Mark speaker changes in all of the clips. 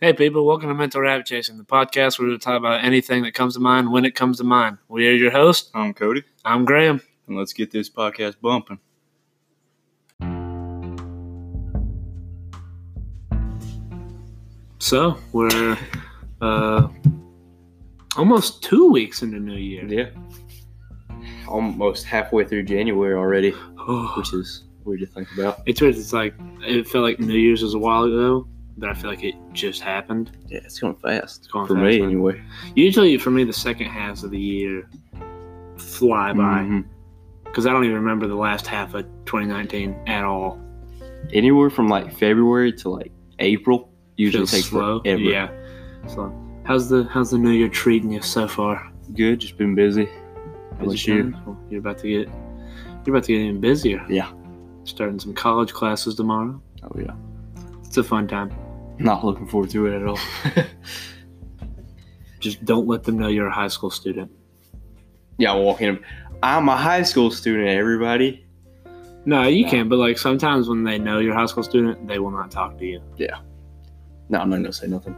Speaker 1: Hey, people, welcome to Mental Rabbit Chasing, the podcast where we talk about anything that comes to mind when it comes to mind. We are your host.
Speaker 2: I'm Cody,
Speaker 1: I'm Graham.
Speaker 2: and let's get this podcast bumping.
Speaker 1: So, we're uh, almost two weeks into New Year.
Speaker 2: Yeah. Almost halfway through January already,
Speaker 1: Oh,
Speaker 2: which is weird to think about.
Speaker 1: it's weird. It's like, it felt like New Year's was a while ago, but I feel like it just happened.
Speaker 2: Yeah, it's going fast.
Speaker 1: It's going
Speaker 2: For
Speaker 1: fast,
Speaker 2: me,
Speaker 1: man.
Speaker 2: anyway.
Speaker 1: Usually, for me, the second halves of the year fly by
Speaker 2: Mhm.
Speaker 1: because I don't even remember the last half of 2019 at all.
Speaker 2: Anywhere from like February to like April usually
Speaker 1: Feels
Speaker 2: takes forever.
Speaker 1: Yeah. So, how's the how's the New Year treating you so far?
Speaker 2: Good, just been busy. How
Speaker 1: Busy
Speaker 2: about you?
Speaker 1: time? Well, You're about to get you're about to get even busier.
Speaker 2: Yeah.
Speaker 1: Starting some college classes tomorrow.
Speaker 2: Oh, yeah.
Speaker 1: It's a fun time.
Speaker 2: Not looking forward to it at all.
Speaker 1: Just don't let them know you're a high school student.
Speaker 2: yeah, walking him. I'm a high school student, everybody.
Speaker 1: No, you
Speaker 2: No.
Speaker 1: can, but like sometimes when they know you're a high school student, they will not talk to you.
Speaker 2: No, I'm not going to say nothing.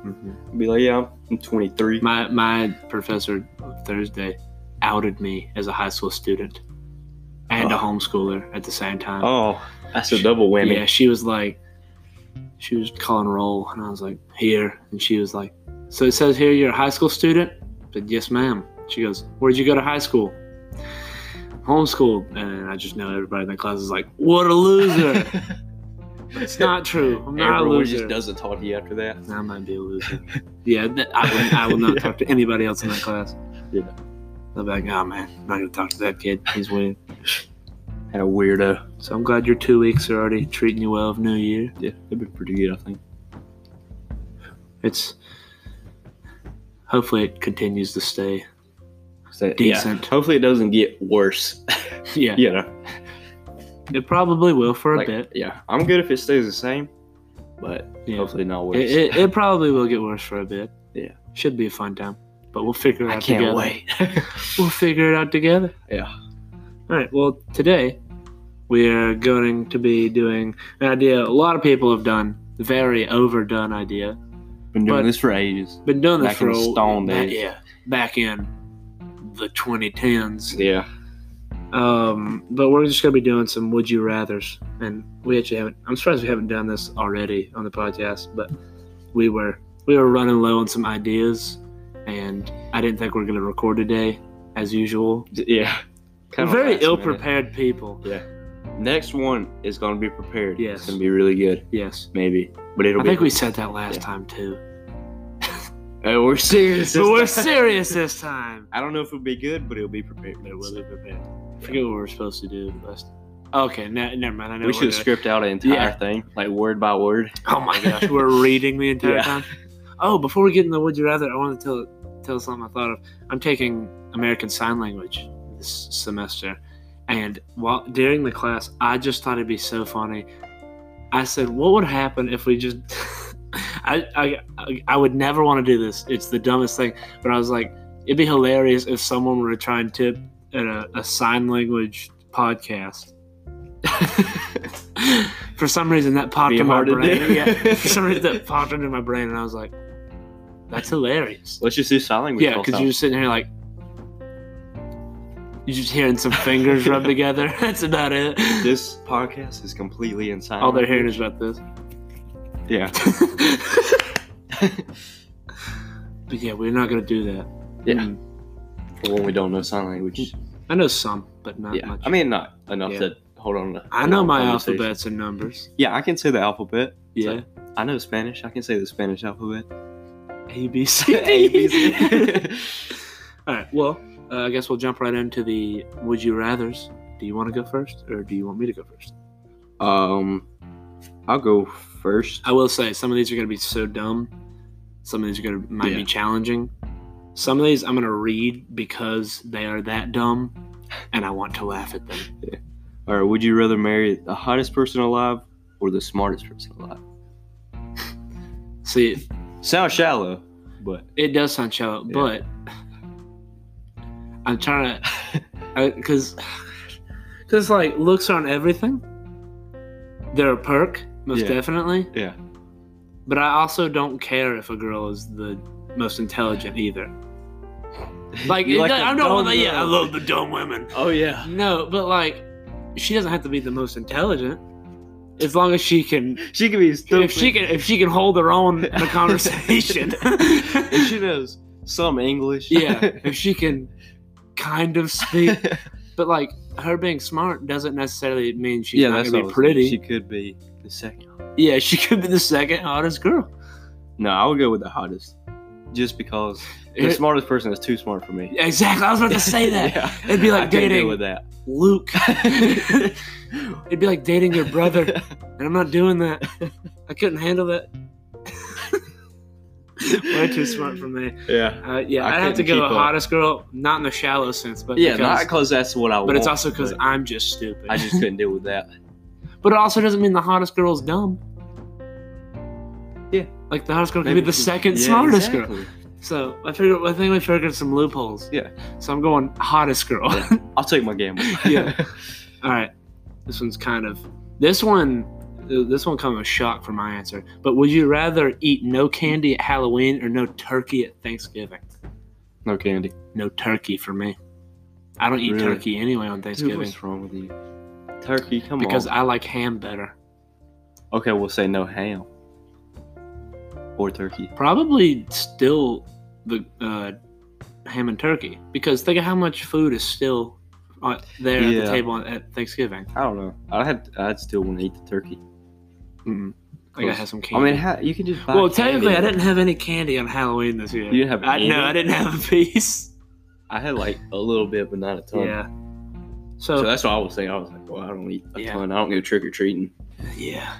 Speaker 2: Be like, yeah, I'm 23.
Speaker 1: My my professor Thursday outed me as a high school student and a
Speaker 2: Oh.
Speaker 1: homeschooler at the same time.
Speaker 2: Oh, that's a double whammy.
Speaker 1: Yeah, she was like, she was calling roll, and I was like, here. And she was like, so it says here you're a high school student? I said, yes, ma'am. She goes, where'd you go to high school? Homeschooled. And I just know everybody in the class is like, what a loser. it's not true. I'm not a
Speaker 2: Everyone
Speaker 1: loser.
Speaker 2: just doesn't talk to you after that.
Speaker 1: I might be a loser. yeah, th- I, would, I will not talk to anybody else in that class.
Speaker 2: Yeah.
Speaker 1: They'll be like, oh, man, I'm not going to talk to that kid. He's weird.
Speaker 2: Had a weirdo.
Speaker 1: So I'm glad your two weeks are already treating you well of New Year.
Speaker 2: Yeah, that'd be pretty good, I think.
Speaker 1: It's hopefully it continues to stay
Speaker 2: So,
Speaker 1: Decent.
Speaker 2: Yeah. Hopefully, it doesn't get worse.
Speaker 1: yeah.
Speaker 2: you know,
Speaker 1: It probably will for a
Speaker 2: like,
Speaker 1: bit.
Speaker 2: Yeah, I'm good if it stays the same, but
Speaker 1: Yeah.
Speaker 2: hopefully not worse.
Speaker 1: It, it, it probably will get worse for a bit.
Speaker 2: Yeah.
Speaker 1: Should be a fun time. But we'll figure it out
Speaker 2: I can't
Speaker 1: together.
Speaker 2: wait.
Speaker 1: We'll figure it out together.
Speaker 2: yeah.
Speaker 1: All right. Well, today we are going to be doing an idea a lot of people have done, very overdone idea.
Speaker 2: Been doing
Speaker 1: But-
Speaker 2: this for ages.
Speaker 1: Been doing this
Speaker 2: Back
Speaker 1: for
Speaker 2: in the
Speaker 1: a-
Speaker 2: Stone
Speaker 1: back-
Speaker 2: days.
Speaker 1: Yeah. Back in the 2010s.
Speaker 2: Yeah.
Speaker 1: Um, but we're just gonna be doing some would you rather's, and we actually haven't. I'm surprised we haven't done this already on the podcast, but we were we were running low on some ideas, and I didn't think we are gonna record today, as usual.
Speaker 2: Yeah. Kinda
Speaker 1: Very
Speaker 2: last minute.
Speaker 1: ill prepared people.
Speaker 2: Next one is gonna be prepared.
Speaker 1: Yes.
Speaker 2: It's gonna be really good,
Speaker 1: Yes,
Speaker 2: maybe. But it'll
Speaker 1: I
Speaker 2: be.
Speaker 1: think we said that last
Speaker 2: Yeah.
Speaker 1: time too.
Speaker 2: Hey, Oh, we're serious.
Speaker 1: But
Speaker 2: this
Speaker 1: we're
Speaker 2: time.
Speaker 1: serious this time.
Speaker 2: I don't know if it'll be good, but it'll be prepared.
Speaker 1: But we'll be prepared. I forget what we were supposed to do. Last... Okay, ne- never mind. I know
Speaker 2: we
Speaker 1: what
Speaker 2: should
Speaker 1: we're
Speaker 2: script out an entire
Speaker 1: Yeah.
Speaker 2: thing, like word by word.
Speaker 1: Oh my gosh, we're reading the entire
Speaker 2: Yeah.
Speaker 1: time. Oh, before we get into Would You Rather, I wanted to tell, tell something I thought of. I'm taking American Sign Language this semester, and while during the class, I just thought it'd be so funny. I said, "What would happen if we just?" I, I- I I would never want to do this. It's the dumbest thing. But I was like, it'd be hilarious if someone were to try and tip at a, a sign language podcast. For some reason, that popped
Speaker 2: Be
Speaker 1: in my
Speaker 2: hard to
Speaker 1: brain.
Speaker 2: do.
Speaker 1: Yeah, for some reason, that popped into my brain, and I was like, "That's hilarious."
Speaker 2: Let's just do sign language.
Speaker 1: Yeah,
Speaker 2: all
Speaker 1: because
Speaker 2: time.
Speaker 1: you're just sitting here like you're just hearing some fingers rub together. That's about it.
Speaker 2: this podcast is completely in sign.
Speaker 1: All they're hearing
Speaker 2: language.
Speaker 1: is about this.
Speaker 2: yeah,
Speaker 1: but yeah, we're not gonna do that.
Speaker 2: yeah. Mm, For when we don't know sign language.
Speaker 1: I know some, but not
Speaker 2: yeah,
Speaker 1: much.
Speaker 2: I mean not enough
Speaker 1: Yeah.
Speaker 2: to hold on. To
Speaker 1: I know my
Speaker 2: conversation.
Speaker 1: alphabets and numbers.
Speaker 2: Yeah, I can say the alphabet.
Speaker 1: Yeah,
Speaker 2: I know Spanish. I can say the Spanish alphabet.
Speaker 1: A B C
Speaker 2: A, B, C.
Speaker 1: All right. Well, uh, I guess we'll jump right into the would you rather's. Do you want to go first, or do you want me to go first?
Speaker 2: um, I'll go first.
Speaker 1: I will say some of these are going to be so dumb. Some of these are going to might be
Speaker 2: Yeah.
Speaker 1: challenging. Some of these I'm going to read because they are that dumb, and I want to laugh at them.
Speaker 2: All right. Would you rather marry the hottest person alive or the smartest person alive?
Speaker 1: See,
Speaker 2: Sounds shallow, but
Speaker 1: it does sound shallow,
Speaker 2: Yeah.
Speaker 1: but I'm trying to because because like looks aren't everything. They're a perk, most
Speaker 2: Yeah.
Speaker 1: definitely.
Speaker 2: yeah,
Speaker 1: But I also don't care if a girl is the most intelligent either. Like,
Speaker 2: You
Speaker 1: it-
Speaker 2: like the
Speaker 1: I'm not one
Speaker 2: dumb
Speaker 1: that, yeah, I
Speaker 2: girl.
Speaker 1: love the dumb women.
Speaker 2: Oh yeah.
Speaker 1: No, but like, she doesn't have to be the most intelligent. As long as she can,
Speaker 2: She can be stupid.
Speaker 1: if she can, if she can hold her own in a conversation.
Speaker 2: if she knows some English.
Speaker 1: yeah, if she can kind of speak, but like her being smart doesn't necessarily mean she's
Speaker 2: yeah,
Speaker 1: not
Speaker 2: that's
Speaker 1: gonna
Speaker 2: not
Speaker 1: be pretty.
Speaker 2: She could be the second.
Speaker 1: Yeah, she could be the second hottest girl.
Speaker 2: No, I would go with the hottest, just because the
Speaker 1: It-
Speaker 2: smartest person is too smart for me.
Speaker 1: exactly, I was about to say that.
Speaker 2: Yeah.
Speaker 1: It'd be like
Speaker 2: I can't deal
Speaker 1: dating
Speaker 2: with that.
Speaker 1: Luke. It'd be like dating your brother, and I'm not doing that. I couldn't handle that. Way too smart for me.
Speaker 2: Yeah.
Speaker 1: Uh, yeah,
Speaker 2: I
Speaker 1: I would have to
Speaker 2: couldn't
Speaker 1: go
Speaker 2: keep
Speaker 1: the
Speaker 2: up.
Speaker 1: hottest girl, not in the shallow sense, but
Speaker 2: yeah,
Speaker 1: because,
Speaker 2: not because that's what I want.
Speaker 1: but it's also because
Speaker 2: but
Speaker 1: I'm just stupid.
Speaker 2: I just couldn't deal with that.
Speaker 1: but it also doesn't mean the hottest girl is dumb.
Speaker 2: Yeah.
Speaker 1: like the hottest girl could
Speaker 2: Maybe
Speaker 1: be the
Speaker 2: she-
Speaker 1: second
Speaker 2: yeah,
Speaker 1: smartest girl.
Speaker 2: exactly.
Speaker 1: So I figured, I think we figured some loopholes.
Speaker 2: Yeah.
Speaker 1: So I'm going hottest girl.
Speaker 2: I'll take my gamble.
Speaker 1: Yeah. All right. This one's kind of this one. This one kind of a shock for my answer. But would you rather eat no candy at Halloween or no turkey at Thanksgiving?
Speaker 2: no candy.
Speaker 1: No turkey for me. I don't eat
Speaker 2: Really?
Speaker 1: turkey anyway on
Speaker 2: Dude,
Speaker 1: Thanksgiving
Speaker 2: what's wrong with you? Turkey, come
Speaker 1: because
Speaker 2: on.
Speaker 1: I like ham better.
Speaker 2: okay, we'll say no ham or turkey.
Speaker 1: Probably still the uh, ham and turkey because think of how much food is still uh, there at
Speaker 2: Yeah.
Speaker 1: the table at Thanksgiving.
Speaker 2: I don't know. I'd have, I'd still want to eat the turkey.
Speaker 1: Mm-mm. I gotta have some
Speaker 2: I
Speaker 1: candy.
Speaker 2: mean, ha you can just buy.
Speaker 1: Well,
Speaker 2: candy.
Speaker 1: technically, I didn't have any candy on Halloween this year.
Speaker 2: You didn't have
Speaker 1: I,
Speaker 2: any?
Speaker 1: No, I didn't have a piece.
Speaker 2: I had like a little bit, but not a ton.
Speaker 1: Yeah.
Speaker 2: So
Speaker 1: So,
Speaker 2: that's what I was saying. I was like, well, I don't eat a
Speaker 1: Yeah.
Speaker 2: ton. I don't go trick or treating.
Speaker 1: yeah,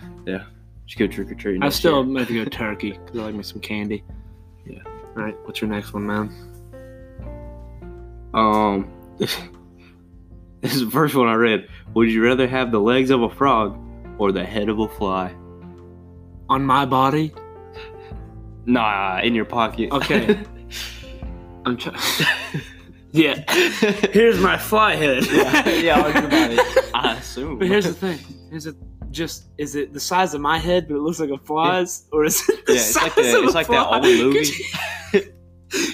Speaker 2: Just go trick or treating.
Speaker 1: I still am going to go turkey because I like me some candy.
Speaker 2: Yeah.
Speaker 1: All right. What's your next one, man?
Speaker 2: Um, this is the first one I read. Would you rather have the legs of a frog or the head of a fly?
Speaker 1: On my body,
Speaker 2: Nah, in your pocket.
Speaker 1: Okay. I'm. Try- yeah. Here's my fly head.
Speaker 2: yeah, yeah, I'll do about it. I assume.
Speaker 1: But here's the thing. Here's it. Just is it the size of my head, but it looks like a fly's, or is it the
Speaker 2: yeah, it's
Speaker 1: size
Speaker 2: like the,
Speaker 1: of
Speaker 2: it's
Speaker 1: a
Speaker 2: like
Speaker 1: fly?
Speaker 2: that old movie.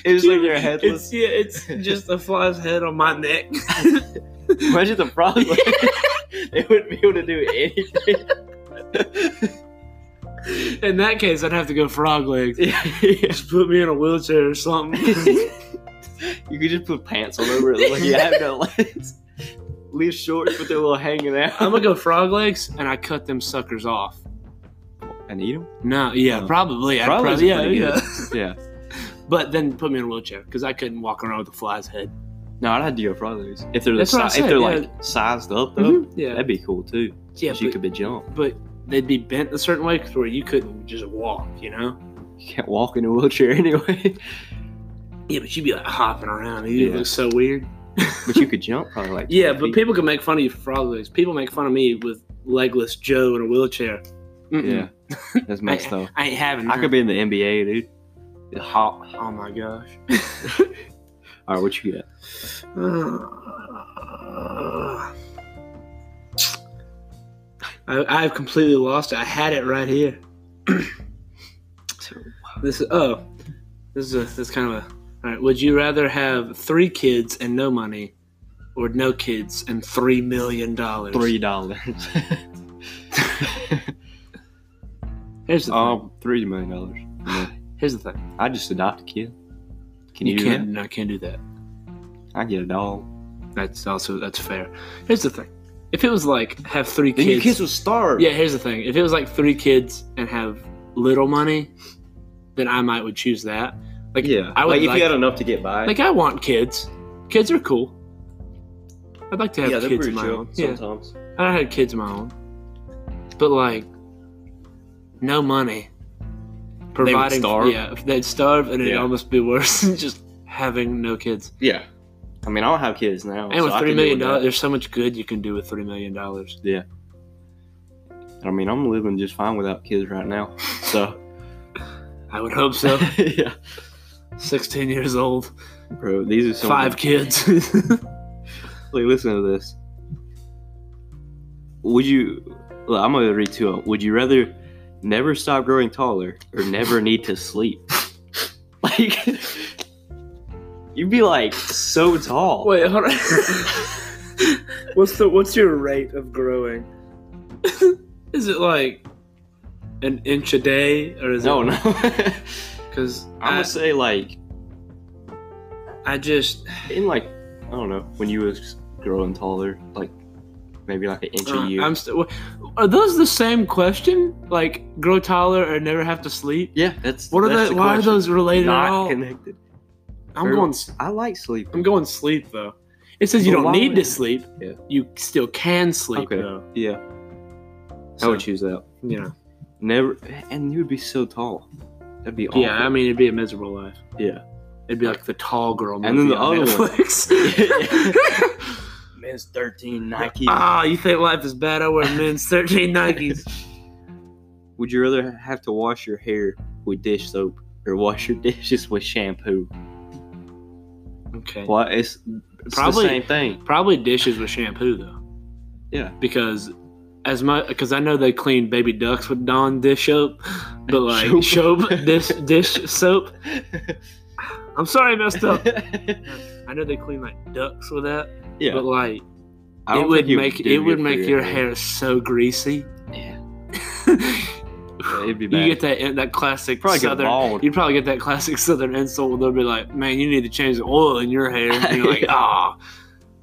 Speaker 2: it was like your
Speaker 1: It's
Speaker 2: headless.
Speaker 1: yeah, it's just a fly's head on my neck.
Speaker 2: Imagine the frog. they wouldn't be able to do anything.
Speaker 1: In that case, I'd have to go frog legs.
Speaker 2: Yeah.
Speaker 1: Just put me in a wheelchair or something.
Speaker 2: you could just put pants all over it. Like you have no legs. Leave shorts with their little hanging out.
Speaker 1: I'm gonna go frog legs, and I cut them suckers off.
Speaker 2: and eat them.
Speaker 1: No, yeah,
Speaker 2: Oh.
Speaker 1: probably. I'd
Speaker 2: Frog legs
Speaker 1: probably,
Speaker 2: are
Speaker 1: yeah,
Speaker 2: pretty good.
Speaker 1: yeah.
Speaker 2: Yeah.
Speaker 1: But then put me in a wheelchair because I couldn't walk around with a fly's head.
Speaker 2: No, I'd have to go for others. If they're the
Speaker 1: That's what I
Speaker 2: si- if
Speaker 1: said,
Speaker 2: they're
Speaker 1: yeah.
Speaker 2: like sized up though,
Speaker 1: Yeah,
Speaker 2: that'd be cool too.
Speaker 1: yeah,
Speaker 2: 'Cause Mm-hmm. you
Speaker 1: but,
Speaker 2: could be jumped.
Speaker 1: but they'd be bent a certain way 'cause where you couldn't just walk, you know.
Speaker 2: You can't walk in a wheelchair anyway.
Speaker 1: Yeah, but you'd be like hopping around. You
Speaker 2: Yeah.
Speaker 1: would look so weird.
Speaker 2: but you could jump probably like
Speaker 1: Yeah,
Speaker 2: 10
Speaker 1: but
Speaker 2: feet.
Speaker 1: people can make fun of you for frog legs. People make fun of me with legless Joe in a wheelchair. Mm-mm.
Speaker 2: Yeah.
Speaker 1: Mm-hmm.
Speaker 2: That's messed up.
Speaker 1: I ain't having.
Speaker 2: I
Speaker 1: that.
Speaker 2: could be in the NBA, dude. Just Hop.
Speaker 1: Oh my gosh.
Speaker 2: All right, what you got?
Speaker 1: I, I've completely lost it. I had it right here. This is oh, this is a, this is kind of a. All right, would you rather have three kids and no money, or no kids and three million dollars?
Speaker 2: Three dollars.
Speaker 1: Here's the thing.
Speaker 2: um, three million dollars. Yeah.
Speaker 1: Here's the thing.
Speaker 2: I just adopt a kid. Can you,
Speaker 1: You
Speaker 2: do
Speaker 1: can't. No, I can't do that.
Speaker 2: that? I get a dog.
Speaker 1: That's also that's fair. Here's the thing. If it was like have three
Speaker 2: Then your
Speaker 1: kids,
Speaker 2: kids will starve.
Speaker 1: Yeah, here's the thing. If it was like three kids and have little money, then I might would choose that. Like
Speaker 2: yeah.
Speaker 1: I would
Speaker 2: like if
Speaker 1: like-
Speaker 2: you had enough to get by.
Speaker 1: like I want kids. Kids are cool. I'd like to have
Speaker 2: yeah, they're
Speaker 1: kids of
Speaker 2: pretty
Speaker 1: my
Speaker 2: chill
Speaker 1: own. Yeah.
Speaker 2: sometimes.
Speaker 1: I had kids of my own. But like no money. Providing
Speaker 2: starve.
Speaker 1: Yeah, if they'd starve and it'd
Speaker 2: Yeah.
Speaker 1: almost be worse than just having no kids.
Speaker 2: Yeah. I mean, I don't have kids now.
Speaker 1: And with
Speaker 2: Oh, so I
Speaker 1: three
Speaker 2: can deal
Speaker 1: million
Speaker 2: with
Speaker 1: dollars
Speaker 2: that.
Speaker 1: there's so much good you can do with three million dollars.
Speaker 2: I mean, I'm living just fine without kids right now. So,
Speaker 1: I would hope so.
Speaker 2: yeah,
Speaker 1: Sixteen years old,
Speaker 2: bro, these are some
Speaker 1: five kids.
Speaker 2: Like, listen to this. Would you? Look, I'm gonna read two. of 'em. Would you rather never stop growing taller, or never need to sleep. Like, you'd be like so tall.
Speaker 1: Wait, hold on. what's the what's your rate of growing? is it like an inch a day, or is
Speaker 2: no,
Speaker 1: it?
Speaker 2: no.
Speaker 1: Because
Speaker 2: I'm
Speaker 1: I,
Speaker 2: gonna say like
Speaker 1: I just
Speaker 2: in like I don't know when you was growing taller, like maybe like an inch
Speaker 1: uh,
Speaker 2: a year.
Speaker 1: I'm still. Are those the same question? Like grow taller or never have to sleep?
Speaker 2: yeah, that's
Speaker 1: What are
Speaker 2: that's
Speaker 1: the,
Speaker 2: the
Speaker 1: Why are
Speaker 2: question.
Speaker 1: those related
Speaker 2: Not
Speaker 1: at all?
Speaker 2: connected.
Speaker 1: I'm
Speaker 2: very-
Speaker 1: going. s-
Speaker 2: I like sleep.
Speaker 1: I'm going sleep though. It says you
Speaker 2: But
Speaker 1: don't
Speaker 2: why
Speaker 1: need to
Speaker 2: would-
Speaker 1: sleep.
Speaker 2: Yeah.
Speaker 1: You still can sleep
Speaker 2: Okay.
Speaker 1: though.
Speaker 2: Yeah, I
Speaker 1: So,
Speaker 2: would choose that.
Speaker 1: you know.
Speaker 2: Never, and you would be so tall. That'd be awful.
Speaker 1: Yeah, I mean it'd be a miserable life.
Speaker 2: yeah.
Speaker 1: It'd be like the tall girl movie
Speaker 2: And then the
Speaker 1: on
Speaker 2: other one.
Speaker 1: Netflix.
Speaker 2: Men's thirteen Nike.
Speaker 1: Ah, you think life is bad? I wear men's 13 Nikes.
Speaker 2: Would you rather have to wash your hair with dish soap or wash your dishes with shampoo?
Speaker 1: Okay.
Speaker 2: Well, it's, it's
Speaker 1: Probably-
Speaker 2: the same thing.
Speaker 1: Probably dishes with shampoo though.
Speaker 2: Yeah.
Speaker 1: Because as much because I know they clean baby ducks with Dawn dish soap, but like soap, dish dish soap. I'm sorry, I messed up. I know they clean like ducks with that,
Speaker 2: yeah,
Speaker 1: but like
Speaker 2: I don't
Speaker 1: it would
Speaker 2: think you
Speaker 1: make
Speaker 2: do
Speaker 1: it would
Speaker 2: good for
Speaker 1: make your hair so greasy.
Speaker 2: Yeah. Yeah,
Speaker 1: you
Speaker 2: it'd be bad.
Speaker 1: get that that classic
Speaker 2: probably get
Speaker 1: southern
Speaker 2: bald.
Speaker 1: You'd probably get that classic Southern insult where they'll be like, "Man, you need to change the oil in your hair." And you're like, "Ah,"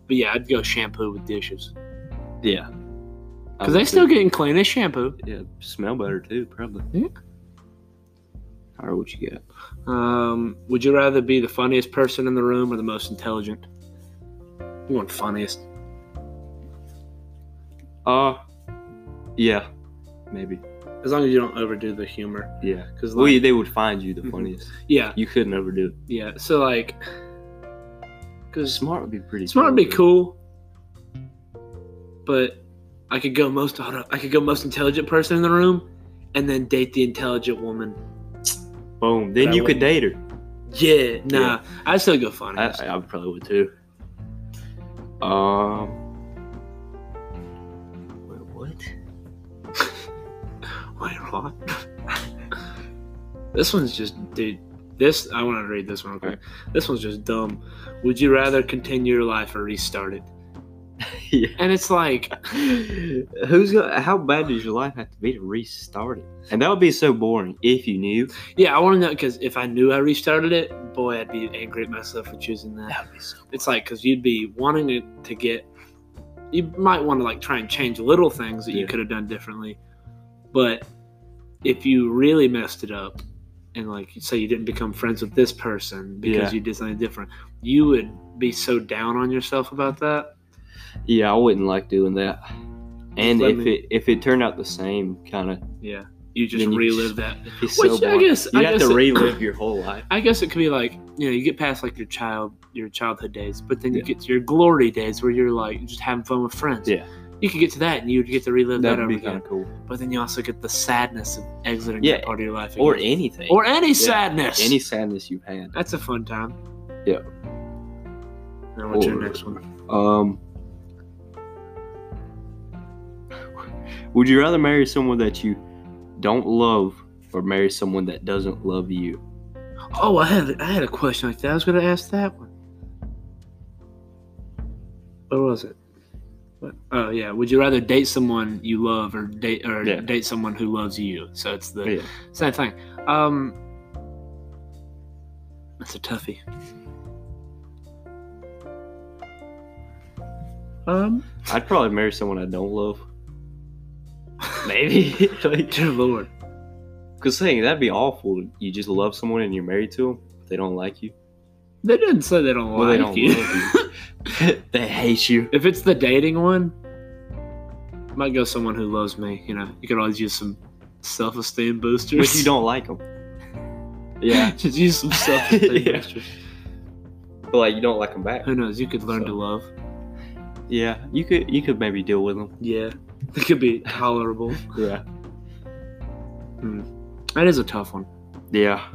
Speaker 1: but yeah, I'd go shampoo with dishes
Speaker 2: yeah,
Speaker 1: because they still getting clean as shampoo.
Speaker 2: yeah smell better too, probably.
Speaker 1: Yeah.
Speaker 2: All right, what you got?
Speaker 1: Um, would you rather be the funniest person in the room or the most intelligent? You want funniest?
Speaker 2: Uh, yeah, maybe.
Speaker 1: As long as you don't overdo the humor,
Speaker 2: Yeah,
Speaker 1: because like,
Speaker 2: well, they would find you the
Speaker 1: Mhm.
Speaker 2: funniest.
Speaker 1: yeah,
Speaker 2: You couldn't overdo it.
Speaker 1: yeah. So like, because
Speaker 2: Smart would be pretty.
Speaker 1: smart would be
Speaker 2: though.
Speaker 1: cool, but I could go most hold up, I could go most intelligent person in the room, and then date the intelligent woman.
Speaker 2: Boom. Then
Speaker 1: That
Speaker 2: you
Speaker 1: would-
Speaker 2: could date her.
Speaker 1: Yeah, nah. I still go funny.
Speaker 2: I, I probably would too. Um. Wait, what?
Speaker 1: Wait, what? this one's just, dude. This I want to read this one. Okay,
Speaker 2: Alright.
Speaker 1: this one's just dumb. Would you rather continue your life or restart it?
Speaker 2: Yeah.
Speaker 1: And it's like,
Speaker 2: Who's gonna? How bad does your life have to be to restart it? And that would be so boring if you knew.
Speaker 1: yeah, I want to know because if I knew I restarted it, boy, I'd be angry at myself for choosing that.
Speaker 2: would be so.
Speaker 1: It's like because you'd be wanting it to get. You might want to like try and change little things that you
Speaker 2: Yeah.
Speaker 1: could have done differently, but if you really messed it up, and like say you didn't become friends with this person because
Speaker 2: Yeah.
Speaker 1: you did something different, you would be so down on yourself about that.
Speaker 2: Yeah, I wouldn't like doing that. And
Speaker 1: Let
Speaker 2: if
Speaker 1: me-
Speaker 2: it if it turned out the same kind of,
Speaker 1: Yeah, you just
Speaker 2: Then you
Speaker 1: relive
Speaker 2: just-
Speaker 1: that.
Speaker 2: it's so
Speaker 1: Which I
Speaker 2: boring.
Speaker 1: guess
Speaker 2: you
Speaker 1: I
Speaker 2: have
Speaker 1: guess
Speaker 2: to
Speaker 1: it-
Speaker 2: relive your whole life.
Speaker 1: I guess it could be like you know you get past like your child your childhood days, but then you
Speaker 2: Yeah.
Speaker 1: get to your glory days where you're like just having fun with friends.
Speaker 2: Yeah.
Speaker 1: You could get to that, and you would get to relive that,
Speaker 2: That would
Speaker 1: over
Speaker 2: be kind
Speaker 1: again.
Speaker 2: of cool.
Speaker 1: But then you also get the sadness of exiting
Speaker 2: Yeah,
Speaker 1: that part of your life,
Speaker 2: Or
Speaker 1: again.
Speaker 2: anything.
Speaker 1: or any
Speaker 2: Yeah,
Speaker 1: sadness.
Speaker 2: any sadness you've had.
Speaker 1: That's a fun time.
Speaker 2: Yeah.
Speaker 1: Now what's your
Speaker 2: Or-
Speaker 1: next one?
Speaker 2: Um, would you rather marry someone that you don't love or marry someone that doesn't love you?
Speaker 1: Oh, I had I had a question like that. I was gonna ask that one. What was it? What? Oh yeah. Would you rather date someone you love or date or
Speaker 2: Yeah.
Speaker 1: date someone who loves you? So it's the
Speaker 2: Yeah.
Speaker 1: same thing. Um, that's a toughie. Um,
Speaker 2: I'd probably marry someone I don't love. Maybe, like,
Speaker 1: dear lord.
Speaker 2: cause saying that'd be awful. You just love someone and you're married to them, but they don't like you.
Speaker 1: They didn't say they don't
Speaker 2: Well,
Speaker 1: like
Speaker 2: they don't
Speaker 1: you.
Speaker 2: love you. they hate you.
Speaker 1: if it's the dating one, might go someone who loves me. You know, you could always use some self-esteem boosters.
Speaker 2: But you don't like them. Yeah,
Speaker 1: just use some self-esteem
Speaker 2: Yeah.
Speaker 1: boosters.
Speaker 2: but like you don't like them back.
Speaker 1: Who knows? You could learn to
Speaker 2: So-
Speaker 1: love.
Speaker 2: Yeah, you could you could maybe deal with them.
Speaker 1: Yeah, it could be tolerable.
Speaker 2: Yeah,
Speaker 1: that is a tough one.
Speaker 2: yeah.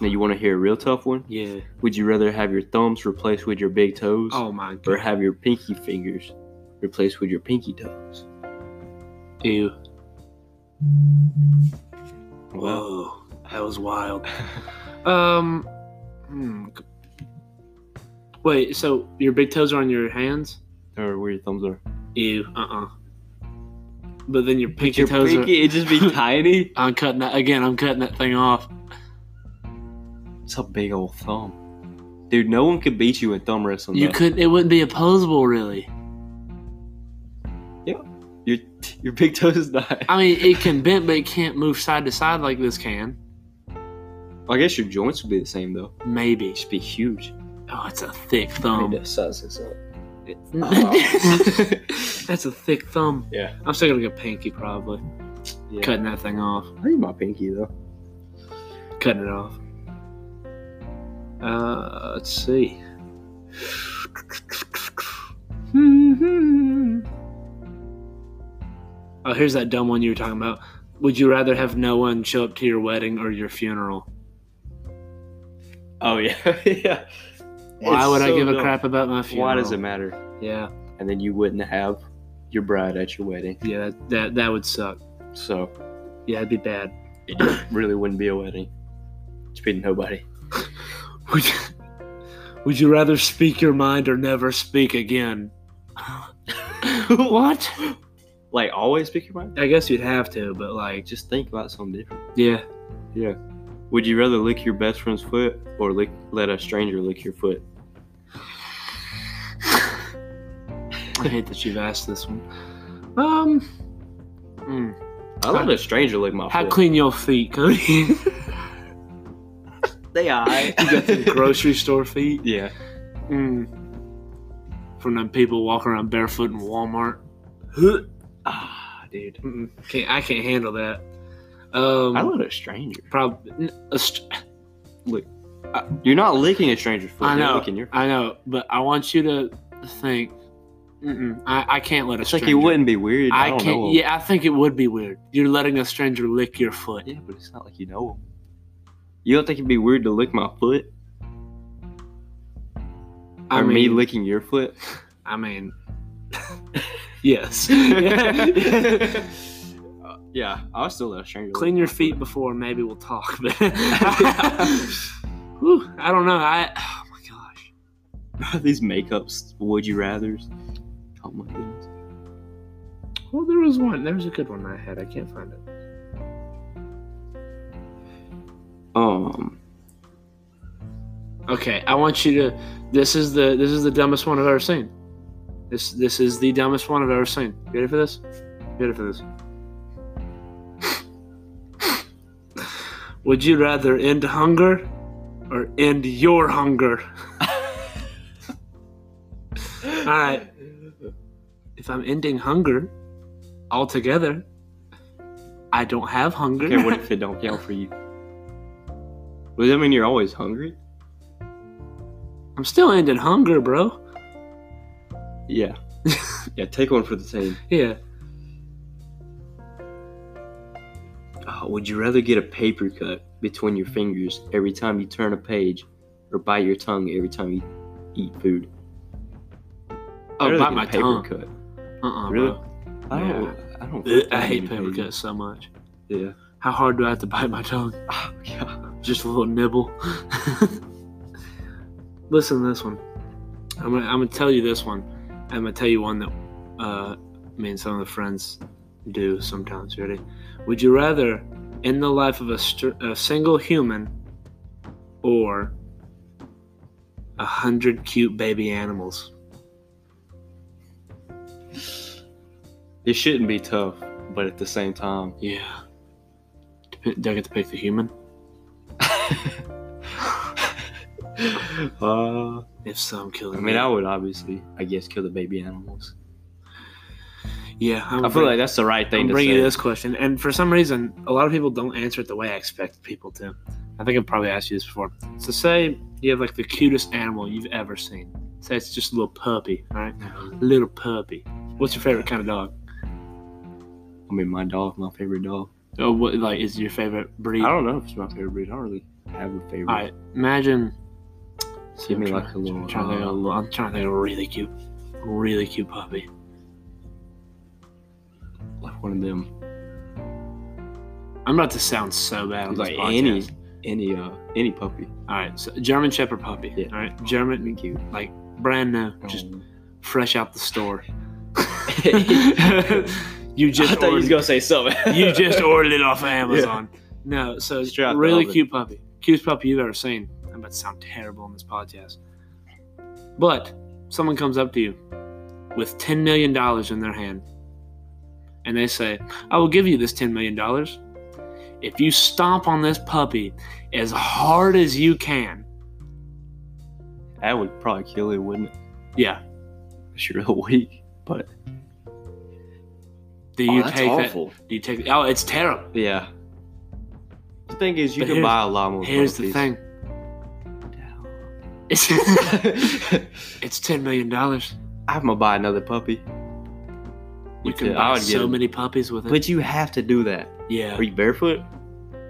Speaker 2: Now you want to hear a real tough one?
Speaker 1: yeah.
Speaker 2: Would you rather have your thumbs replaced with your big toes
Speaker 1: Oh my
Speaker 2: or
Speaker 1: god.
Speaker 2: have your pinky fingers replaced with your pinky toes?
Speaker 1: Ew. Whoa, that was wild. Um, hmm. wait. So your big toes are on your hands?
Speaker 2: Or where your thumbs are.
Speaker 1: Ew. Uh. uh But then your pinky
Speaker 2: Your
Speaker 1: toes
Speaker 2: pinky, it just be tiny.
Speaker 1: are. I'm cutting that again. I'm cutting that thing off.
Speaker 2: It's a big old thumb. Dude, no one could beat you in thumb wrestling.
Speaker 1: You
Speaker 2: though.
Speaker 1: could. It wouldn't be opposable, really.
Speaker 2: Your, t- your big toe is not.
Speaker 1: I mean, it can bend, but it can't move side to side like this can.
Speaker 2: I guess your joints would be the same though.
Speaker 1: Maybe.
Speaker 2: It should be huge.
Speaker 1: Oh, it's a thick
Speaker 2: Um,
Speaker 1: thumb.
Speaker 2: size this up.
Speaker 1: That's Oh. a thick thumb.
Speaker 2: Yeah.
Speaker 1: I'm still gonna go pinky probably. Cutting that thing off.
Speaker 2: I need my pinky though.
Speaker 1: Cutting it off. Uh, let's see. Oh, here's that dumb one you were talking about. Would you rather have no one show up to your wedding or your funeral?
Speaker 2: Oh yeah, yeah.
Speaker 1: Why
Speaker 2: It's
Speaker 1: would I
Speaker 2: so
Speaker 1: give a
Speaker 2: dumb.
Speaker 1: crap about my funeral?
Speaker 2: Why does it matter?
Speaker 1: Yeah,
Speaker 2: And then you wouldn't have your bride at your wedding,
Speaker 1: yeah, that that, that would suck.
Speaker 2: so
Speaker 1: Yeah, it'd be bad.
Speaker 2: it just really wouldn't be a wedding. It's be nobody.
Speaker 1: Would you, would you rather speak your mind or never speak again? what?
Speaker 2: Like always, pick your mind.
Speaker 1: I guess you'd have to, but like,
Speaker 2: Just think about something different.
Speaker 1: yeah,
Speaker 2: Would you rather lick your best friend's foot or lick let a stranger lick your foot?
Speaker 1: I hate that you've asked this one. Um, mm.
Speaker 2: I let a stranger lick my
Speaker 1: how
Speaker 2: foot.
Speaker 1: clean your feet, Cody?
Speaker 2: They are.
Speaker 1: you got them grocery store feet
Speaker 2: yeah.
Speaker 1: mm. from them people walking around barefoot in Walmart. Huh.
Speaker 2: Ah, dude.
Speaker 1: Mm-mm. Can't, I can't handle that. Um,
Speaker 2: I let a stranger.
Speaker 1: probably. A st-
Speaker 2: You're not licking a stranger's foot.
Speaker 1: I
Speaker 2: you're
Speaker 1: know.
Speaker 2: Licking your.
Speaker 1: I know, but I want you to think. Mm-mm, I, I can't let a
Speaker 2: It's like
Speaker 1: stranger.
Speaker 2: it wouldn't be weird. I,
Speaker 1: I,
Speaker 2: don't
Speaker 1: can't.
Speaker 2: Know him.
Speaker 1: Yeah, I think it would be weird. You're letting a stranger lick your foot.
Speaker 2: Yeah, but it's not like you know him. You don't think it'd be weird to lick my foot
Speaker 1: I
Speaker 2: or
Speaker 1: mean,
Speaker 2: me licking your foot?
Speaker 1: I mean, yes.
Speaker 2: Uh, yeah, I'll still let a stranger.
Speaker 1: Clean
Speaker 2: lick
Speaker 1: your
Speaker 2: my
Speaker 1: feet
Speaker 2: foot.
Speaker 1: before. Maybe we'll talk. But Whew, I don't know. I. Oh my gosh.
Speaker 2: These makeups, would you rather's? Oh my goodness.
Speaker 1: Well, there was one. There was a good one I had. I can't find it.
Speaker 2: Um,
Speaker 1: Okay, I want you to. This is the this is the dumbest one I've ever seen. This this is the dumbest one I've ever seen. You ready for this? You ready for this? Would you rather end hunger or end your hunger? All right. If I'm ending hunger altogether, I don't have hunger.
Speaker 2: okay, what if it don't count for you? Does that mean you're always hungry?
Speaker 1: I'm still ending hunger, bro.
Speaker 2: Yeah. yeah, take one for the team.
Speaker 1: Yeah.
Speaker 2: Uh, would you rather get a paper cut between your fingers every time you turn a page or bite your tongue every time you eat food? I'd
Speaker 1: Oh,
Speaker 2: rather
Speaker 1: bite
Speaker 2: get a
Speaker 1: my
Speaker 2: paper
Speaker 1: tongue.
Speaker 2: cut.
Speaker 1: Uh-uh,
Speaker 2: Really?
Speaker 1: bro.
Speaker 2: I don't. I don't.
Speaker 1: Ugh, I
Speaker 2: fucking
Speaker 1: hate
Speaker 2: eat
Speaker 1: paper
Speaker 2: paper.
Speaker 1: cuts so much.
Speaker 2: Yeah.
Speaker 1: How hard do I have to bite my tongue?
Speaker 2: Oh, God.
Speaker 1: Just a little nibble. Listen to this one. I'm gonna, I'm gonna tell you this one. I'm gonna tell you one that uh, me and some of the friends do sometimes. Ready? Would you rather end the life of a, str- a single human or a hundred cute baby animals?
Speaker 2: It shouldn't be tough, but at the same time,
Speaker 1: Yeah. Dep- do I get to pick the human?
Speaker 2: uh,
Speaker 1: If so, I'm
Speaker 2: I
Speaker 1: killing.
Speaker 2: mean,
Speaker 1: you.
Speaker 2: I would obviously, I guess, kill the baby animals.
Speaker 1: yeah. I'm
Speaker 2: I feel like that's the right thing
Speaker 1: I'm
Speaker 2: to
Speaker 1: bringing
Speaker 2: say.
Speaker 1: you this question, and for some reason, a lot of people don't answer it the way I expect people to. I think I've probably asked you this before. So, say you have like the cutest animal you've ever seen. Say it's just a little puppy, all right? Little puppy. What's your favorite kind of dog?
Speaker 2: I mean, my dog, my favorite dog.
Speaker 1: Oh, what like is your favorite breed?
Speaker 2: I don't know if it's my favorite breed. I don't really have a favorite.
Speaker 1: All right, imagine.
Speaker 2: Give me
Speaker 1: I'm
Speaker 2: like
Speaker 1: trying-
Speaker 2: a
Speaker 1: I'm trying to
Speaker 2: little.
Speaker 1: think of a
Speaker 2: uh,
Speaker 1: little- I'm trying to think of a really cute, really cute puppy.
Speaker 2: like one of them.
Speaker 1: I'm about to sound so bad on
Speaker 2: Like
Speaker 1: this podcast.
Speaker 2: any, any, uh, any puppy.
Speaker 1: All right, so German Shepherd puppy.
Speaker 2: Yeah. Oh.
Speaker 1: All right, German,
Speaker 2: Thank you.
Speaker 1: like brand new, just fresh out the store. you
Speaker 2: I
Speaker 1: just
Speaker 2: thought you was
Speaker 1: ordered,
Speaker 2: gonna say something.
Speaker 1: you just ordered it off of Amazon. No, so it's
Speaker 2: Straight out the
Speaker 1: really
Speaker 2: oven.
Speaker 1: cute puppy, cutest puppy you've ever seen. I'm about to sound terrible on this podcast, but someone comes up to you with ten million dollars in their hand, and they say, "I will give you this ten million dollars if you stomp on this puppy as hard as you can."
Speaker 2: that would probably kill it, wouldn't it?
Speaker 1: Yeah.
Speaker 2: It's real weak, but
Speaker 1: Do you
Speaker 2: Oh, that's
Speaker 1: take
Speaker 2: awful.
Speaker 1: that? Do you take? Oh, it's terrible.
Speaker 2: Yeah. The thing is, you
Speaker 1: But
Speaker 2: can
Speaker 1: here's-
Speaker 2: buy a lot more.
Speaker 1: Here's the
Speaker 2: puppies.
Speaker 1: thing. It's it's ten million dollars.
Speaker 2: I'm gonna buy another puppy,
Speaker 1: You
Speaker 2: Yeah,
Speaker 1: can
Speaker 2: I
Speaker 1: buy
Speaker 2: would get
Speaker 1: so
Speaker 2: him.
Speaker 1: many puppies with it.
Speaker 2: but you have to do that.
Speaker 1: yeah.
Speaker 2: Are you barefoot?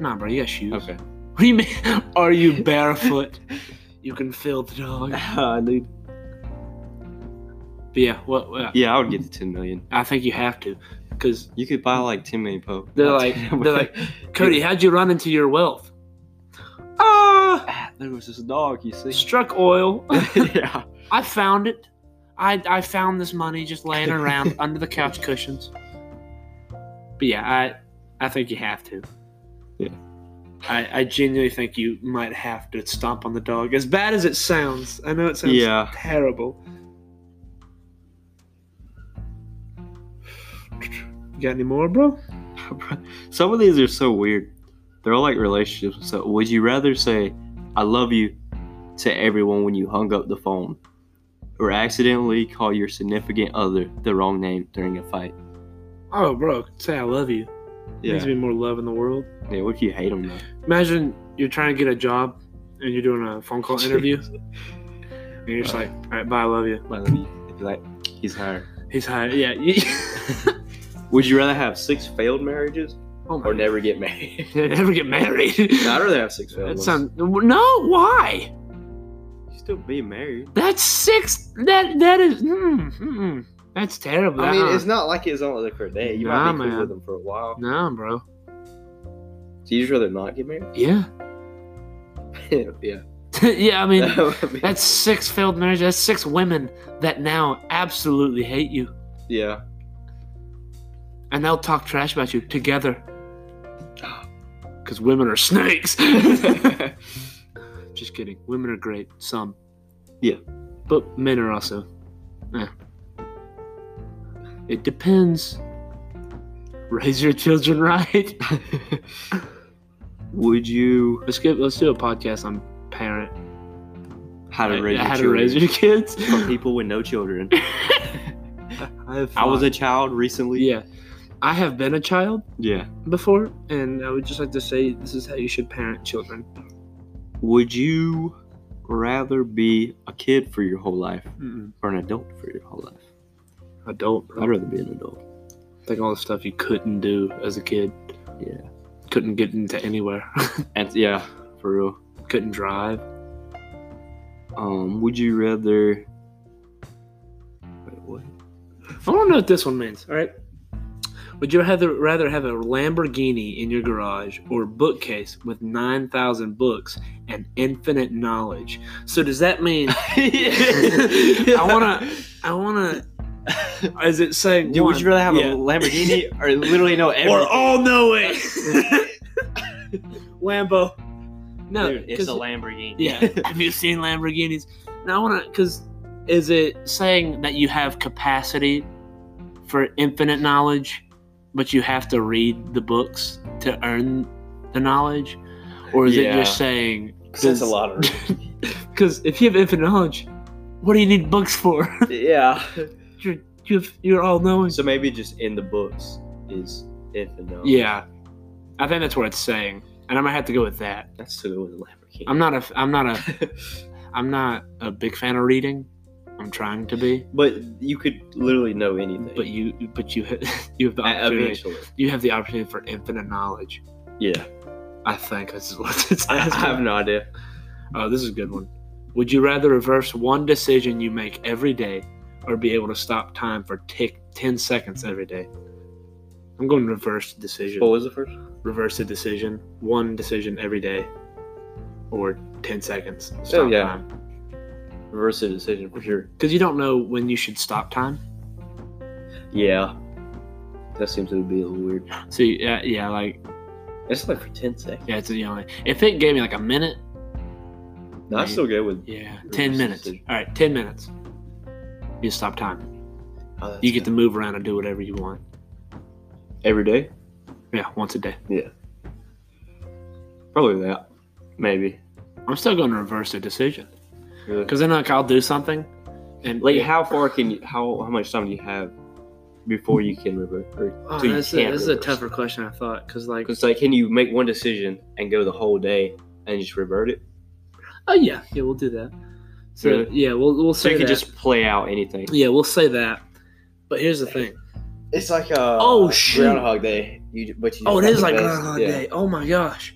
Speaker 1: Nah, bro, you got shoes.
Speaker 2: Okay.
Speaker 1: What do you mean? Are you barefoot? you can feel the dog. But
Speaker 2: I need-
Speaker 1: yeah, what? what
Speaker 2: Yeah, I would get the ten million.
Speaker 1: I think you have to, because
Speaker 2: You could buy like ten million pup.
Speaker 1: They're like- they're like- Cody, how'd you run into your wealth? Ah,
Speaker 2: Ah, there was this dog. You see?
Speaker 1: struck oil.
Speaker 2: yeah.
Speaker 1: I found it. I, I found this money just laying around under the couch cushions. But yeah, I I think you have to.
Speaker 2: Yeah.
Speaker 1: I, I genuinely think you might have to stomp on the dog. As bad as it sounds, I know it sounds
Speaker 2: Yeah.
Speaker 1: terrible. You got any more, bro?
Speaker 2: Some of these are so weird. They're all like relationships. So, would you rather say "I love you" to everyone when you hung up the phone, or accidentally call your significant other the wrong name during a fight?
Speaker 1: Oh, bro, say I love you. There needs to be more love in the world.
Speaker 2: Yeah, what if you hate them though?
Speaker 1: Imagine you're trying to get a job and you're doing a phone call interview. And you're just like, all right, bye, I love you.
Speaker 2: Well, if you- if you like, he's hired.
Speaker 1: He's hired. Yeah. you-
Speaker 2: Would you rather have six failed marriages
Speaker 1: oh my
Speaker 2: or never get married?
Speaker 1: God. Never get married.
Speaker 2: I'd rather have six failed
Speaker 1: That
Speaker 2: ones.
Speaker 1: sound- no, why?
Speaker 2: You still be married.
Speaker 1: That's six. That that is. Mm, mm, that's terrible.
Speaker 2: I mean,
Speaker 1: Uh-uh.
Speaker 2: it's not like it's only for a day. You
Speaker 1: Nah,
Speaker 2: might be cool
Speaker 1: man.
Speaker 2: with them for a while.
Speaker 1: no, bro.
Speaker 2: So you just rather not get married?
Speaker 1: Yeah.
Speaker 2: yeah.
Speaker 1: yeah. I mean,
Speaker 2: That would be-
Speaker 1: that's six failed marriages. That's six women that now absolutely hate you,
Speaker 2: yeah.
Speaker 1: and they'll talk trash about you together. Because women are snakes. Just kidding. Women are great. Some.
Speaker 2: Yeah.
Speaker 1: But men are also. Eh. It depends. Raise your children right.
Speaker 2: Would you
Speaker 1: let's get let's do a podcast on parent
Speaker 2: how to
Speaker 1: uh,
Speaker 2: raise your
Speaker 1: how to
Speaker 2: children
Speaker 1: raise your kids.
Speaker 2: from people with no children? I
Speaker 1: I
Speaker 2: was a child recently.
Speaker 1: yeah. I have been a child
Speaker 2: Yeah.
Speaker 1: before, and I would just like to say this is how you should parent children.
Speaker 2: Would you rather be a kid for your whole life or an adult for your whole life?
Speaker 1: Adult.
Speaker 2: I'd rather be an adult.
Speaker 1: Like all the stuff you couldn't do as a kid.
Speaker 2: Yeah.
Speaker 1: Couldn't get into anywhere.
Speaker 2: And yeah, for real.
Speaker 1: couldn't drive.
Speaker 2: Um, would you rather? Wait, what?
Speaker 1: I want to know what this one means. All right. Would you rather rather have a Lamborghini in your garage or a bookcase with nine thousand books and infinite knowledge? So does that mean
Speaker 2: I
Speaker 1: wanna- I want to? Is it saying
Speaker 2: Dude,
Speaker 1: one?
Speaker 2: would you rather have
Speaker 1: Yeah. oh,
Speaker 2: a Lamborghini or literally know everything?
Speaker 1: or all knowing Lambo? No,
Speaker 2: Dude, it's
Speaker 1: 'cause-
Speaker 2: a Lamborghini.
Speaker 1: yeah. Have you seen Lamborghinis? No, I want to because is it saying that you have capacity for infinite knowledge, but you have to read the books to earn the knowledge, or is it
Speaker 2: Yeah.
Speaker 1: just saying
Speaker 2: That's a lot of.
Speaker 1: because if you have infinite knowledge, what do you need books for?
Speaker 2: yeah.
Speaker 1: you're you've, you're all knowing.
Speaker 2: So maybe just in the books is infinite.
Speaker 1: yeah, I think that's what it's saying, and I might have to go with that.
Speaker 2: That's to go with the Lamborghini.
Speaker 1: I'm not a I'm not a I'm not a big fan of reading. I'm trying to be.
Speaker 2: but you could literally know anything.
Speaker 1: But you, but you, ha- you have the
Speaker 2: Uh,
Speaker 1: opportunity.
Speaker 2: eventually.
Speaker 1: You have the opportunity for infinite knowledge.
Speaker 2: Yeah.
Speaker 1: I think this is what it's
Speaker 2: I, I
Speaker 1: asking.
Speaker 2: have no idea.
Speaker 1: Oh, this is a good one. Would you rather reverse one decision you make every day, or be able to stop time for tick ten seconds every day? I'm going reverse decision.
Speaker 2: What was the first?
Speaker 1: reverse a decision, one decision every day, or ten seconds.
Speaker 2: Oh, yeah. Reverse a decision for sure.
Speaker 1: because you don't know when you should stop time.
Speaker 2: Yeah. That seems to be a little weird.
Speaker 1: So yeah, yeah, like
Speaker 2: It's like for 10 seconds.
Speaker 1: yeah, it's you know, like, if it gave me like a minute,
Speaker 2: No, I still go with.
Speaker 1: yeah,
Speaker 2: Reverse
Speaker 1: ten minutes.
Speaker 2: decision.
Speaker 1: All right, ten minutes. You stop time.
Speaker 2: Oh, that's
Speaker 1: You get to
Speaker 2: good.
Speaker 1: move around and do whatever you want.
Speaker 2: every day.
Speaker 1: Yeah, once a day.
Speaker 2: Probably that. Maybe.
Speaker 1: I'm still going to reverse a decision
Speaker 2: Really.
Speaker 1: because then like I'll do something, and
Speaker 2: Like, how far can you? How how much time do you have before you can reverse?
Speaker 1: Oh, this, is, this is a tougher question I thought because like
Speaker 2: Because like, can you make one decision and go the whole day and just revert it?
Speaker 1: oh yeah yeah we'll do that. So
Speaker 2: Really?
Speaker 1: yeah we'll we'll
Speaker 2: So
Speaker 1: say
Speaker 2: you can
Speaker 1: that.
Speaker 2: just play out anything.
Speaker 1: yeah we'll say that. But here's the thing.
Speaker 2: It's like a
Speaker 1: Oh, shoot.
Speaker 2: Groundhog Day. You but you.
Speaker 1: Oh, it
Speaker 2: just
Speaker 1: is
Speaker 2: have
Speaker 1: like
Speaker 2: the best-
Speaker 1: Groundhog
Speaker 2: yeah.
Speaker 1: Day. Oh my gosh,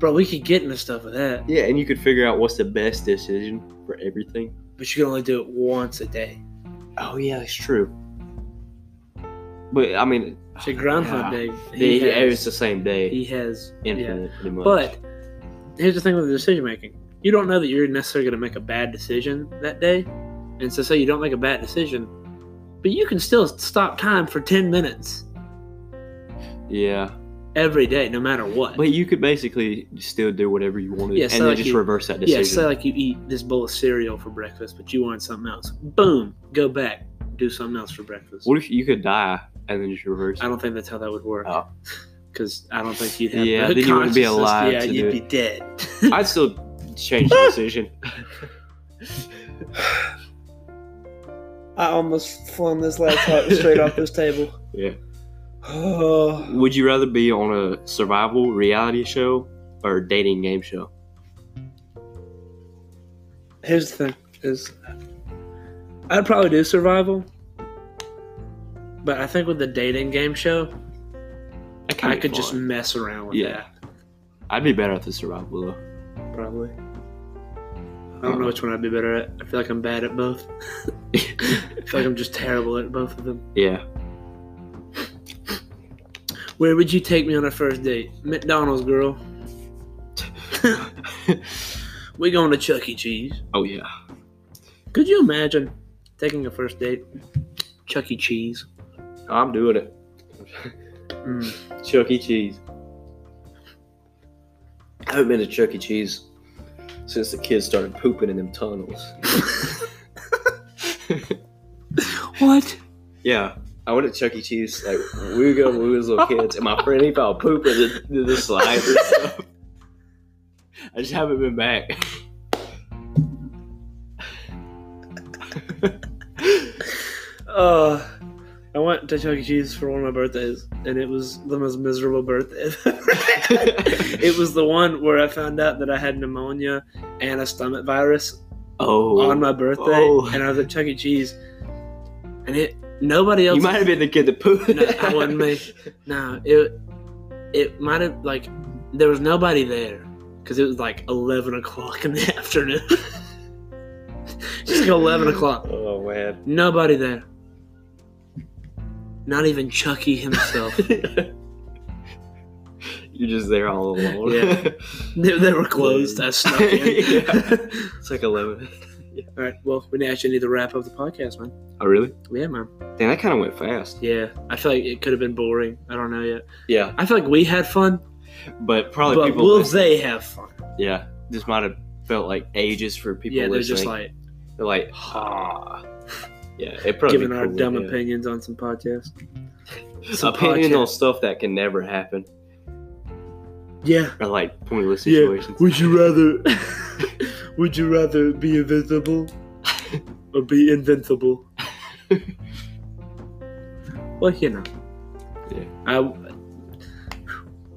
Speaker 1: bro, we could get into stuff with that.
Speaker 2: Yeah, and you could figure out what's the best decision for everything.
Speaker 1: but you can only do it once a day.
Speaker 2: Oh yeah, that's true. But I mean,
Speaker 1: So Groundhog Day,
Speaker 2: they,
Speaker 1: he has,
Speaker 2: it's the same day.
Speaker 1: he has yeah.
Speaker 2: infinite, pretty much.
Speaker 1: But
Speaker 2: Mm-hmm.
Speaker 1: here's the thing with the decision making: you don't know that you're necessarily going to make a bad decision that day, and so say you don't make a bad decision, but you can still stop time for ten minutes
Speaker 2: yeah,
Speaker 1: every day, no matter what.
Speaker 2: but you could basically still do whatever you wanted,
Speaker 1: Yeah,
Speaker 2: and
Speaker 1: so
Speaker 2: then
Speaker 1: like
Speaker 2: just
Speaker 1: you-
Speaker 2: reverse that
Speaker 1: yeah,
Speaker 2: decision.
Speaker 1: say like you eat this bowl of cereal for breakfast, but you wanted something else. Boom, go back, do something else for breakfast.
Speaker 2: what if you could die and then just reverse?
Speaker 1: I don't think that's how that would work.
Speaker 2: Oh.
Speaker 1: Because I don't think you'd have.
Speaker 2: Yeah,
Speaker 1: the
Speaker 2: then you wouldn't be
Speaker 1: consciousness.
Speaker 2: alive
Speaker 1: Yeah,
Speaker 2: to do
Speaker 1: you'd
Speaker 2: it.
Speaker 1: be dead.
Speaker 2: it? I'd still change the decision.
Speaker 1: I almost flung this
Speaker 2: laptop straight off
Speaker 1: this table.
Speaker 2: Yeah.
Speaker 1: Oh.
Speaker 2: Would you rather be on a survival reality show or a dating game show?
Speaker 1: Here's the thing: is I'd probably do survival, but I think with the dating game show,
Speaker 2: That could
Speaker 1: I
Speaker 2: be
Speaker 1: could just
Speaker 2: fun.
Speaker 1: mess around with
Speaker 2: Yeah. I'd be better at the survival though.
Speaker 1: that. Probably. I
Speaker 2: Uh-huh.
Speaker 1: don't know which one I'd be better at. I feel like I'm bad at both. I feel like I'm just terrible at both of them.
Speaker 2: yeah.
Speaker 1: Where would you take me on a first date? McDonald's, girl. we going to Chuck E. Cheese.
Speaker 2: Oh yeah.
Speaker 1: Could you imagine taking a first date? Chuck E. Cheese.
Speaker 2: I'm doing it.
Speaker 1: Mm.
Speaker 2: Chuck E. Cheese. I haven't been to Chuck E. Cheese since the kids started pooping in them tunnels.
Speaker 1: What?
Speaker 2: yeah, I went to Chuck E. Cheese like we would go when we was little kids, and my friend he found poop in the, in the slide or something. I just haven't been back.
Speaker 1: Uh, I went to Chuck E. Cheese for one of my birthdays, and it was the most miserable birthday I've ever had. It was the one where I found out that I had pneumonia and a stomach virus
Speaker 2: oh,
Speaker 1: on my birthday,
Speaker 2: Oh.
Speaker 1: and I was at Chuck E. Cheese, and it nobody else.
Speaker 2: you might have been the kid that pooped.
Speaker 1: No, that wasn't me. No, it it might have like there was nobody there because it was like eleven o'clock in the afternoon. it's like eleven o'clock.
Speaker 2: Oh man.
Speaker 1: Nobody there. Not even Chucky himself.
Speaker 2: You're just there all alone.
Speaker 1: Yeah. they, they were closed. I snuck in.
Speaker 2: Yeah. It's like 11.
Speaker 1: All right. Well, we actually need to wrap up the podcast, man.
Speaker 2: Oh, really?
Speaker 1: Yeah, man.
Speaker 2: Damn, that kind of went fast.
Speaker 1: Yeah, I feel like it could have been boring. I don't know yet.
Speaker 2: Yeah,
Speaker 1: I feel like we had fun,
Speaker 2: but probably
Speaker 1: but
Speaker 2: people.
Speaker 1: will
Speaker 2: listen-
Speaker 1: they have fun?
Speaker 2: yeah, this might have felt like ages for people.
Speaker 1: yeah, they're
Speaker 2: listening.
Speaker 1: just like
Speaker 2: they're like, ah. Yeah, it probably
Speaker 1: giving our
Speaker 2: cool,
Speaker 1: dumb
Speaker 2: yeah.
Speaker 1: opinions on some podcasts. Some
Speaker 2: Opinion on
Speaker 1: podcasts.
Speaker 2: stuff that can never happen,
Speaker 1: Yeah.
Speaker 2: or like pointless
Speaker 1: Yeah.
Speaker 2: situations.
Speaker 1: Would you rather? would you rather be invisible or be invincible? well, you know.
Speaker 2: Yeah.
Speaker 1: I,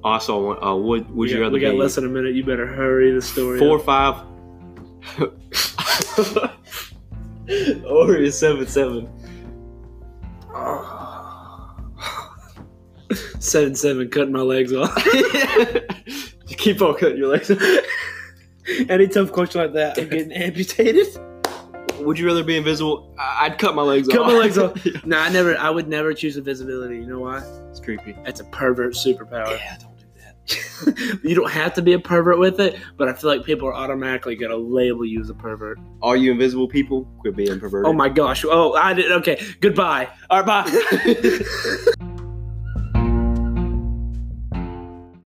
Speaker 2: Also, I want- uh, would would
Speaker 1: we
Speaker 2: you
Speaker 1: got,
Speaker 2: rather
Speaker 1: we got
Speaker 2: be
Speaker 1: less than a minute. You better hurry the story.
Speaker 2: four
Speaker 1: up.
Speaker 2: five, or is seven seven?
Speaker 1: seven seven, cutting my legs off.
Speaker 2: you keep on cutting your legs.
Speaker 1: Any tough question like that, I'm getting amputated.
Speaker 2: Would you rather be invisible? I- I'd cut my legs
Speaker 1: Cut
Speaker 2: off.
Speaker 1: my legs off. No, I never. I would never choose invisibility. You know why?
Speaker 2: It's creepy.
Speaker 1: That's a pervert superpower.
Speaker 2: Yeah, don't do that.
Speaker 1: you don't have to be a pervert with it, but I feel like people are automatically gonna label you as a pervert.
Speaker 2: All you invisible people, quit being perverted.
Speaker 1: Oh my gosh! Oh, I did. Okay, goodbye. All right, bye.